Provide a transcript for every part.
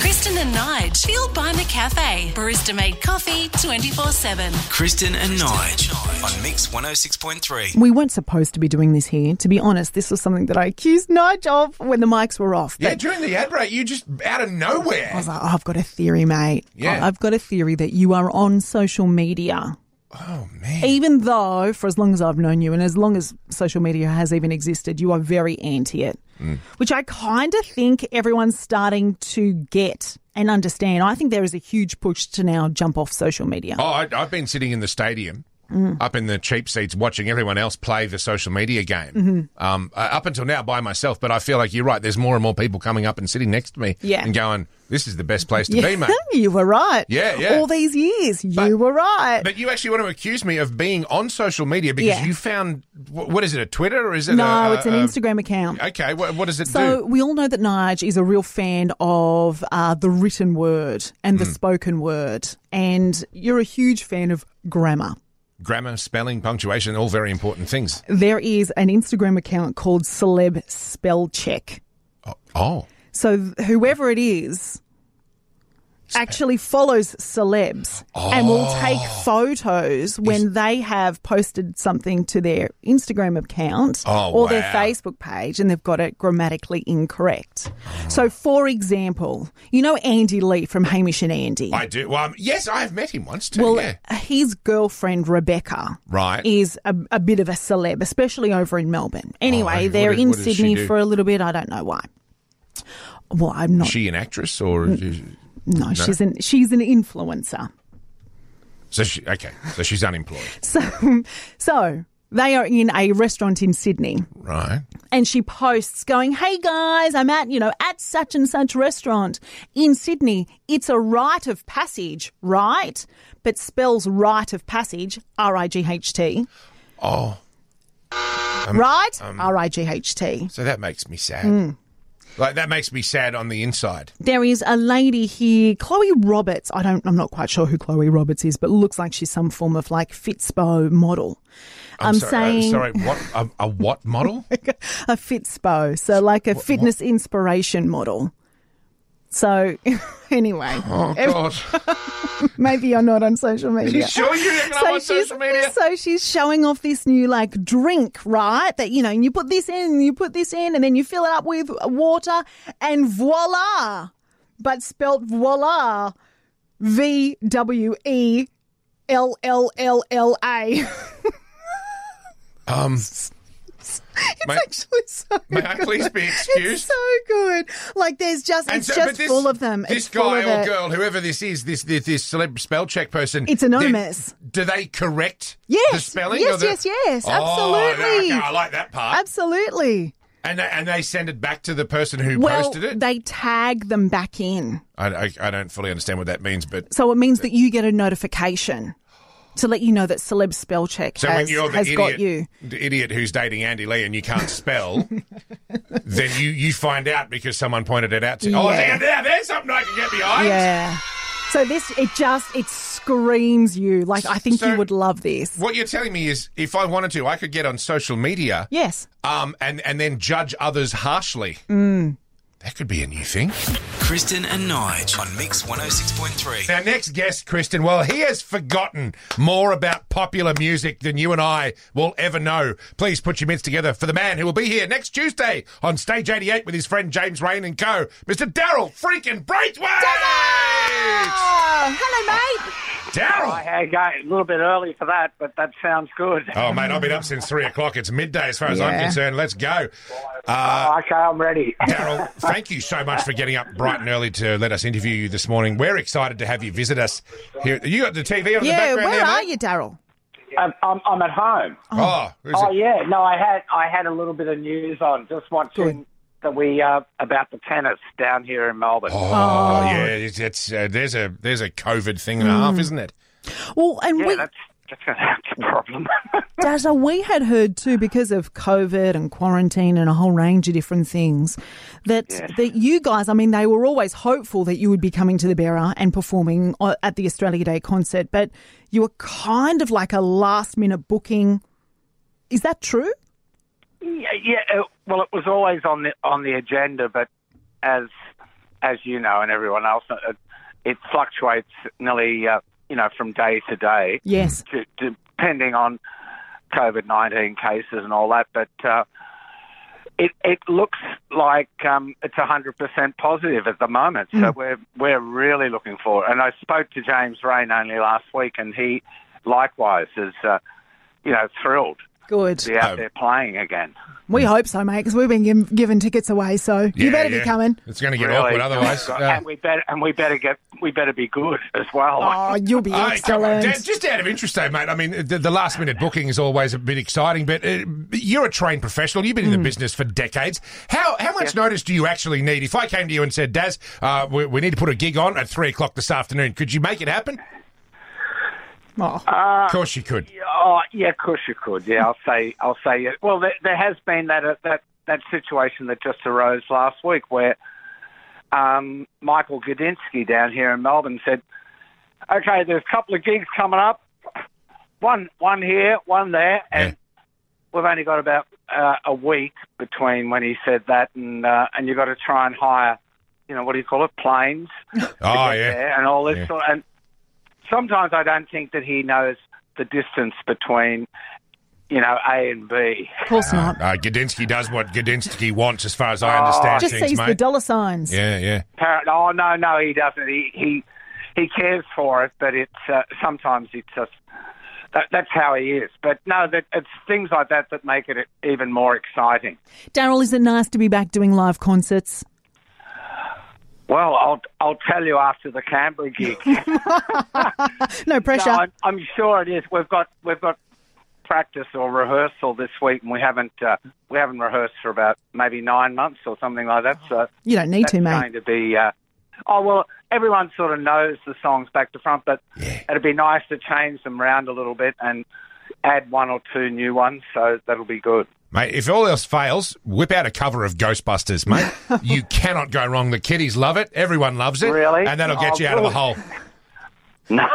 Kristen and Nige, fueled by McCafe. Barista made coffee 24 7. Kristen and Nige on Mix 106.3. We weren't supposed to be doing this here. To be honest, this was something that I accused Nige of when the mics were off. Yeah, But during the ad break, you just out of I nowhere. was like, oh, I've got a theory, mate. Yeah. I- I've got a theory that you are on social media. Oh man, Even though, for as long as I've known you and as long as social media has even existed, you are very anti it, Mm. which I kind of think everyone's starting to get and understand. I think there is a huge push to now jump off social media. oh, I, I've been sitting in the stadium. Mm. Up in the cheap seats, watching everyone else play the social media game. Mm-hmm. Um, uh, up until now, by myself, but I feel like you're right. There's more and more people coming up and sitting next to me Yeah. and going, "This is the best place to be, Yeah, mate." you were right. Yeah, yeah. All these years, you But- were right. But you actually want to accuse me of being on social media because Yeah. you found wh- what is it? A Twitter or is it? no, a, a- it's an a- Instagram account. Okay, what, what does it So um, do? we all know that Nige is a real fan of uh, the written word and the spoken word, and you're a huge fan of grammar. Grammar, spelling, punctuation, all very important things. There is an Instagram account called Celeb Spell Check. Oh, So th- whoever it is actually follows celebs and will take Oh. photos when they have posted something to their Instagram account Oh, or their wow. Facebook page and they've got it grammatically incorrect. So for example, you know Andy Lee from Hamish and Andy. I do. Well, um, yes, I have met him once too. well, yeah. his girlfriend Rebecca Right. is a, a bit of a celeb, especially over in Melbourne. Anyway, okay. Oh, What they're did- in what did she Sydney do? for a little bit. I don't know why. Well, I'm not. Mm. Is she an actress or? Is she, no, she's an she's an influencer. so she okay. So she's unemployed, So, so they are in a restaurant in Sydney, right? and she posts going, "Hey guys, I'm at you know at such and such restaurant in Sydney. It's a rite of passage, right? But spells rite of passage R I G H T, Oh, Um, right? R I G H T." so that makes me sad. Mm. Like that makes me sad on the inside. There is a lady here, Chloe Roberts. I don't, I'm not quite sure who Chloe Roberts is, but looks like she's some form of like Fitspo model. Um, I'm, sorry, uh, saying sorry. What a, a what model? a Fitspo, so like a fitness inspiration model. So, anyway, Oh God! maybe you're not on social media. you sure you reckon I'm on she's, social media? so she's showing off this new like drink, right? That you know, and you put this in, and you put this in, and then you fill it up with water, and voila! But spelt voila, V W E L L L L A. Um, may, It's so may I please be it's excused? so good. Like there's just And it's so- just but this- full of them. This it's guy full of or it. girl, whoever this is, this this, this celeb spell check person, It's anonymous. they- Do they correct Yes, the spelling? yes, or the- yes, yes, Oh, absolutely. okay, I like that part. Absolutely. and they, and they send it back to the person who Well, posted it. they tag them back in. I, I I don't fully understand what that means, but So it means that you get a notification to let you know that celeb spell check so when has, you're the has idiot, got you. the idiot who's dating Andy Lee and you can't spell, then you you find out because someone pointed it out to. you. Oh, Yeah. there, there- there's something I can get behind. Yeah. So this it just it screams you. Like I think So- you would love this. What you're telling me is, if I wanted to, I could get on social media. Yes. um, and and then judge others harshly. Mm. That could be a new thing. Kristen and Nige on Mix 106.3. Our next guest, Kristen, well, he has forgotten more about popular music than you and I will ever know. Please put your mitts together for the man who will be here next Tuesday on Stage 88 with his friend James Rain and co, Mr. Daryl freaking Braithwaite! Oh, hello, mate. Daryl! Hey, guy, a little bit early for that, but that sounds good. Oh, mate, I've been up since three o'clock. It's midday as far as I'm Yeah. concerned. Let's go. Uh, Oh, okay, I'm ready. Daryl, thank you so much for getting up bright and early to let us interview you this morning. We're excited to have you visit us here. You got the TV on Yeah, the where background there, are mate? you, Daryl? I'm, I'm, I'm at home. Oh, who's Oh it? yeah, no, I had I had a little bit of news on just Good. watching that we uh, about the tennis down here in Melbourne. Oh, yeah, it's, it's uh, there's a there's a COVID thing and a Mm. half, isn't it? Well, and yeah, we, that's that's gonna- that's a problem. Dazza, uh, we had heard too because of COVID and quarantine and a whole range of different things that that you guys, I mean, they were always hopeful that you would be coming to the Bearer and performing uh, at the Australia Day concert, but you were kind of like a last minute booking. Is that true? yeah, yeah. uh well, it was always on the on the agenda, but as as you know, and everyone else, it, it fluctuates nearly, uh, you know, from day to day, Yes. to, depending on COVID nineteen cases and all that. But uh, it it looks like um, it's hundred percent positive at the moment. So Mm. we're we're really looking forward. And I spoke to James Rain only last week, and he likewise is, uh, you know, thrilled Good. to be out Oh. there playing again. We hope so, mate, because we've been giv given tickets away, so you Yeah, better yeah. be coming. It's going to get Really. awkward otherwise. Uh, and we better and we better get we better be good as well. Oh, you'll be Hey, come on, excellent. Dan, just out of interest, though, mate. I mean, the, the last minute booking is always a bit exciting, but uh, you're a trained professional. You've been Mm. in the business for decades. How how much notice do you actually need? If I came to you and said, Daz, uh, we, we need to put a gig on at three o'clock this afternoon, could you make it happen? Oh, of course you could. Oh, Uh, yeah, of course you could. Yeah, I'll say, I'll say. It. Well, there, there has been that uh, that that situation that just arose last week where um, Michael Gudinski down here in Melbourne said, "Okay, there's a couple of gigs coming up, one one here, one there, and we've only got about uh, a week between when he said that and uh, and you've got to try and hire, you know, what do you call it, planes." Oh, get yeah. there and all this Yeah. sort. And sometimes I don't think that he knows the distance between, you know, A and B. of course not. Uh, Gudinski does what Gudinski wants, as far as Oh. I understand Just things, sees the mate. dollar signs. yeah, yeah. Apparent- Oh no, no, he doesn't. He he he cares for it, but it's uh, sometimes it's just. That, that's how he is, but no, that it's things like that that make it even more exciting. Daryl, is it nice to be back doing live concerts? Well, I'll I'll tell you after the Canberra gig. No pressure. No, I'm, I'm sure it is. We've got we've got practice or rehearsal this week, and we haven't uh, we haven't rehearsed for about maybe nine months or something like that. So you don't need that's to, mate. going to be. Uh, oh well, everyone sort of knows the songs back to front, but it'd be nice to change them round a little bit and add one or two new ones. So that'll be good. Mate, if all else fails, whip out a cover of Ghostbusters, mate. you cannot go wrong. The kiddies love it. Everyone loves it. Really? And that'll get Oh, you out of the good. hole. No,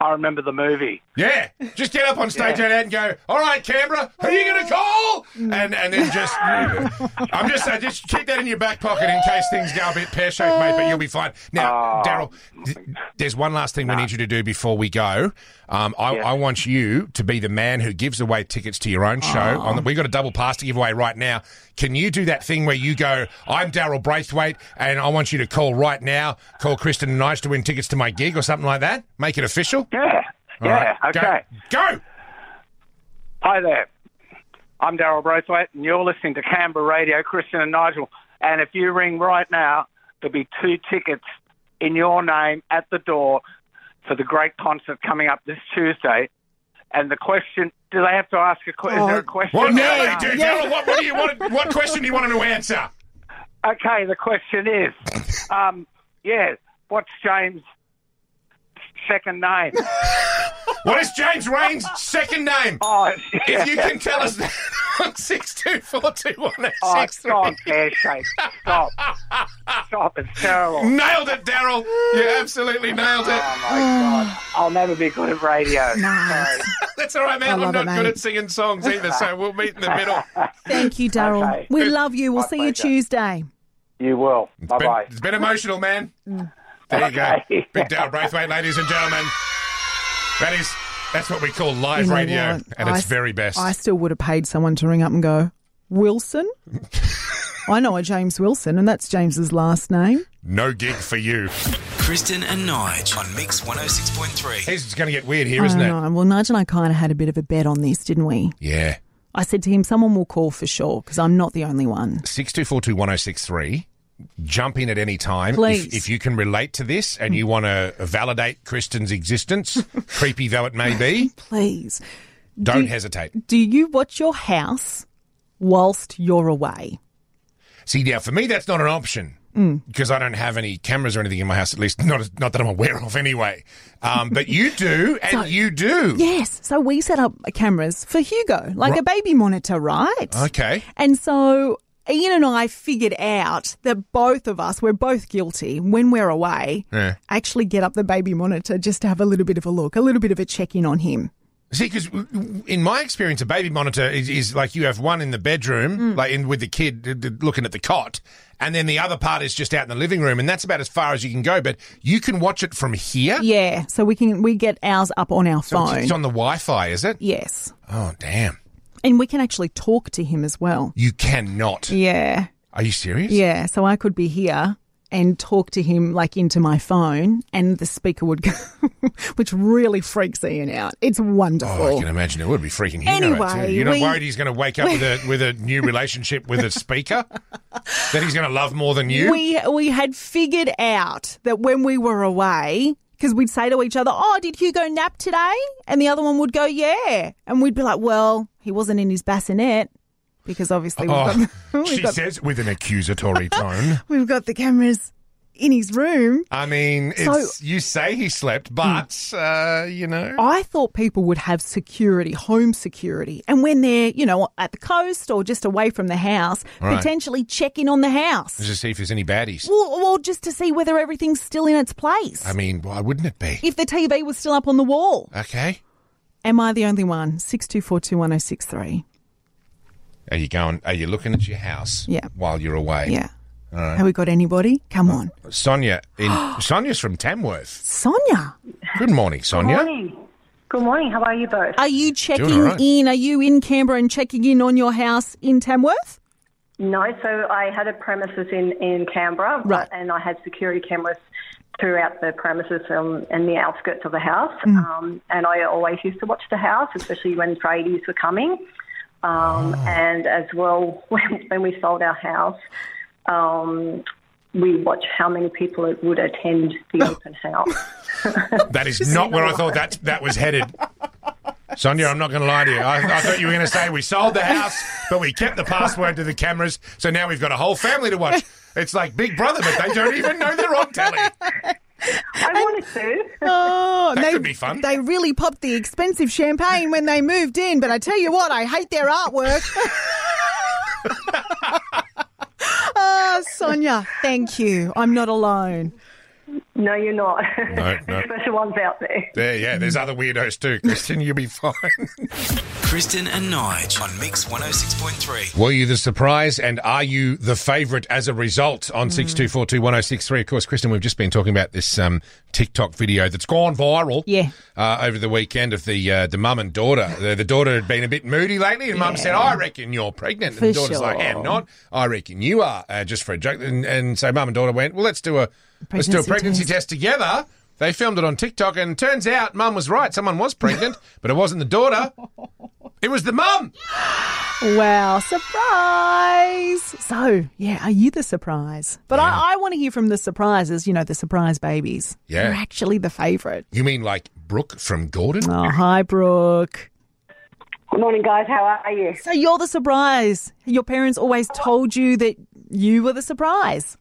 I remember the movie. Yeah. Just get up on stage and go, all right, Canberra, who are you going to call? And and then just, I'm just saying, just keep that in your back pocket in case things go a bit pear shaped, mate, but you'll be fine. Now, Daryl, th- there's one last thing we need you to do before we go. Um, I, I want you to be the man who gives away tickets to your own show. On the, we got a double pass to give away right now. Can you do that thing where you go, I'm Daryl Braithwaite, and I want you to call right now, call Kristen and Nice to win tickets to my gig or something like that? Make it official? Yeah, All yeah. right, okay. Go. go. Hi there. I'm Daryl Braithwaite, and you're listening to Canberra Radio, Christian and Nigel. And if you ring right now, there'll be two tickets in your name at the door for the great concert coming up this Tuesday. And the question do they have to ask a question? Oh, is there a question? What now Yeah. do, Daryl? What, what do you want? What question do you want him to answer? Okay, the question is um, yeah, what's James' second name? What is James Rain's second name? Oh, If you can tell us that on six two four two one oh, six three. stop, pear shape. Stop. Stop, it's terrible. Nailed it, Daryl. You absolutely nailed it. Oh my god! I'll never be good at radio. Sorry. That's all right, I man. I'm love not it, good mate. at singing songs either, so we'll meet in the middle. Thank you, Daryl. Okay. We love you. We'll My see you pleasure. Tuesday. You will. Bye Been- bye. it's been emotional, man. There you go. Okay. Big Daryl Braithwaite, ladies and gentlemen. That is that's what we call live You know radio what? at I its s- very best. I still would have paid someone to ring up and go, Wilson? I know a James Wilson, and that's James's last name. no gig for you. Kristen and Nige on Mix 106.3. It's going to get weird here, isn't I it? don't know. Well, Nigel and I kind of had a bit of a bet on this, didn't we? Yeah. I said to him, someone will call for sure because I'm not the only one. six two four two one zero six three. Jump in at any time Please. If, if you can relate to this and you want to validate Kristen's existence, creepy though it may be. Please. Don't hesitate. Do you watch your house whilst you're away? See now, for me, that's not an option Mm. because I don't have any cameras or anything in my house. At least not as- not that I'm aware of, anyway. Um, but you do, and you do. Yes. So we set up cameras for Hugo, like a baby monitor, right? Okay. And so Ian and I figured out that both of us, we're both guilty when we're away, Yeah. actually get up the baby monitor just to have a little bit of a look, a little bit of a check in on him. See, because in my experience, a baby monitor is, is like you have one in the Mm. bedroom, like in with the kid d- d- looking at the cot, and then the other part is just out in the living room, and that's about as far as you can go. But you can watch it from here. Yeah, so we can we get ours up on our So it's- phone. It's on the Wi-Fi, is it? yes, Oh, damn! and we can actually talk to him as well. You cannot. Yeah, Are you serious? yeah. So I could be here and talk to him like into my phone, and the speaker would go, which really freaks Ian out. It's wonderful. Oh, I can imagine it would be freaking him out too. Anyway, You're not we- worried he's going to wake up with a with a new relationship with a speaker that he's going to love more than you. We we had figured out that when we were away, because we'd say to each other, "Oh, did Hugo nap today?" and the other one would go, "Yeah," and we'd be like, "Well, he wasn't in his bassinet." Because obviously we've, Oh, got, she we've, got, says with an accusatory tone. we've got the cameras in his room. I mean, it's you say he slept, but uh, you know, Hmm. I thought people would have security, home security, and when they're, you know, at the coast or just away from the house, Right. potentially check in on the house. just to see if there's any baddies. Well, well, just to see whether everything's still in its place. I mean, why wouldn't it be? if the TV was still up on the wall. Okay, Am I the only one? 62421063. are you going? Are you looking at your house? Yeah. While you're away, Yeah. Have we got anybody? Come on. Sonia. In, Sonia's from Tamworth. Sonia, Good morning, Sonia. morning. Good morning. How are you both? are you checking all right. in? Are you in Canberra and checking in on your house in Tamworth? No, so I had a premises in, in Canberra, Right. but, and I had security cameras throughout the premises um, and the outskirts of the house. Mm. Um, and I always used to watch the house, especially when tradies were coming. Um, Ah. And as well, when, when we sold our house, um, we watched how many people would attend the open house. That is not where I thought that that was headed. Sonia, I'm not going to lie to you. I, I thought you were going to say we sold the house, but we kept the password to the cameras, so now we've got a whole family to watch. It's like Big Brother, but they don't even know they're on telly. I wanted to. Oh, That they, could be fun. They really popped the expensive champagne when they moved in, but I tell you what, I hate their artwork. oh, Sonia, thank you. I'm not alone. No, you're not. No, no. Special ones out there. There, yeah, there's other weirdos too. Christian, you'll be fine. Kristen and Nige on Mix 106.3. Were you the surprise and are you the favourite as a result Mm. on 62421063? Of course, Kristen, we've just been talking about this um, TikTok video that's gone viral Yeah. uh, over the weekend of the uh, the mum and daughter. The, the daughter had been a bit moody lately and mum said, I reckon you're pregnant. and the For daughter's like, sure. I'm not. I reckon you are, uh, just for a joke. And, and so mum and daughter went, well, let's do a, let's do a Pregnancy pregnancy test. test together. They filmed it on TikTok and turns out mum was right. Someone was pregnant, but it wasn't the daughter. It was the mum. Wow, surprise! So, yeah, are you the surprise? But I, I want to hear from the surprises, you know, the surprise babies. Yeah. You're actually the favourite. You mean like Brooke from Gordon? Oh, hi, Brooke. Good morning, guys. How are you? So, you're the surprise. Your parents always told you that you were the surprise.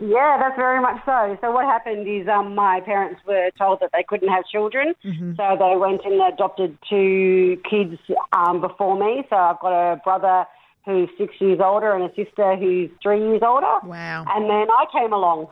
Yeah, that's very much so. So what happened is um, my parents were told that they couldn't have children, Mm-hmm. so they went and adopted two kids um, before me. So I've got a brother who's six years older and a sister who's three years older. Wow. And then I came along,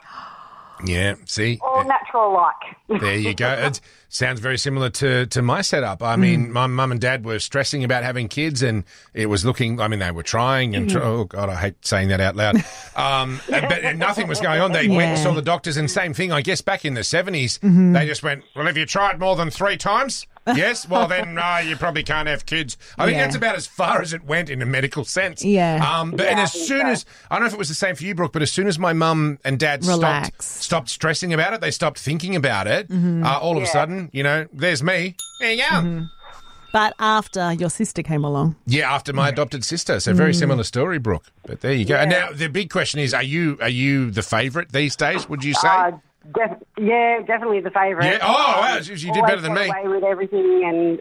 Yeah, see? all natural like. There you go. It sounds very similar to, to my setup. Hmm. I mean, my mum and dad were stressing about having kids, and it was looking. I mean, they were trying, and Hmm. tr- oh god, I hate saying that out loud. Um, and- but and nothing was going on. They went and Yeah. Mm-hmm. saw the doctors, and same thing. I guess back in the 70s they just went, "Well, have you tried more than three times?" Yes. Well, then uh, you probably can't have kids. I think Yeah. that's about as far as it went in a medical sense. Yeah. Um, but and as soon as I don't know if it was the same for you, Brooke, but as soon as my mum and dad stopped Relaxed. stopped stressing about it. They stopped thinking about it. Mm-hmm. Uh, all of a sudden, you know, there's me. There you go. But after your sister came along, Yeah, after Mm-hmm. my adopted sister. So very similar story, Brooke. But there you go. And now the big question is: Are you are you the favourite these days? Would you say? Ah, Uh, def- yeah, definitely the favourite. Yeah. Oh, wow, you did Always better than got me. Away with everything, and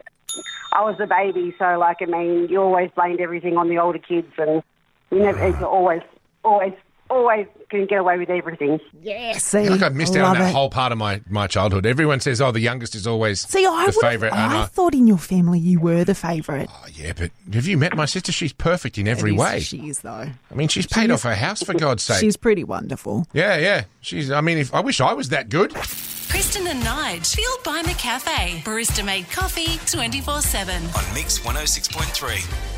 I was the baby, so like I mean, you always blamed everything on the older kids, and you never you always, always, always can get away with everything. see, I think I missed out on love that it. whole part of my, my childhood. Everyone says, "Oh, the youngest is always See, I, the would've- favourite." And I I- thought in your family you were the favourite. oh, yeah, but have you met my sister? She's perfect in every Yes, way. She is, though. I mean, she's paid off her house for God's sake. She's pretty wonderful. yeah, yeah. She's. I mean, if I wish I was that good. Chris Kristen and Nige, fueled by McCafe. Barista made coffee 24 7. oh on Mix 106.3.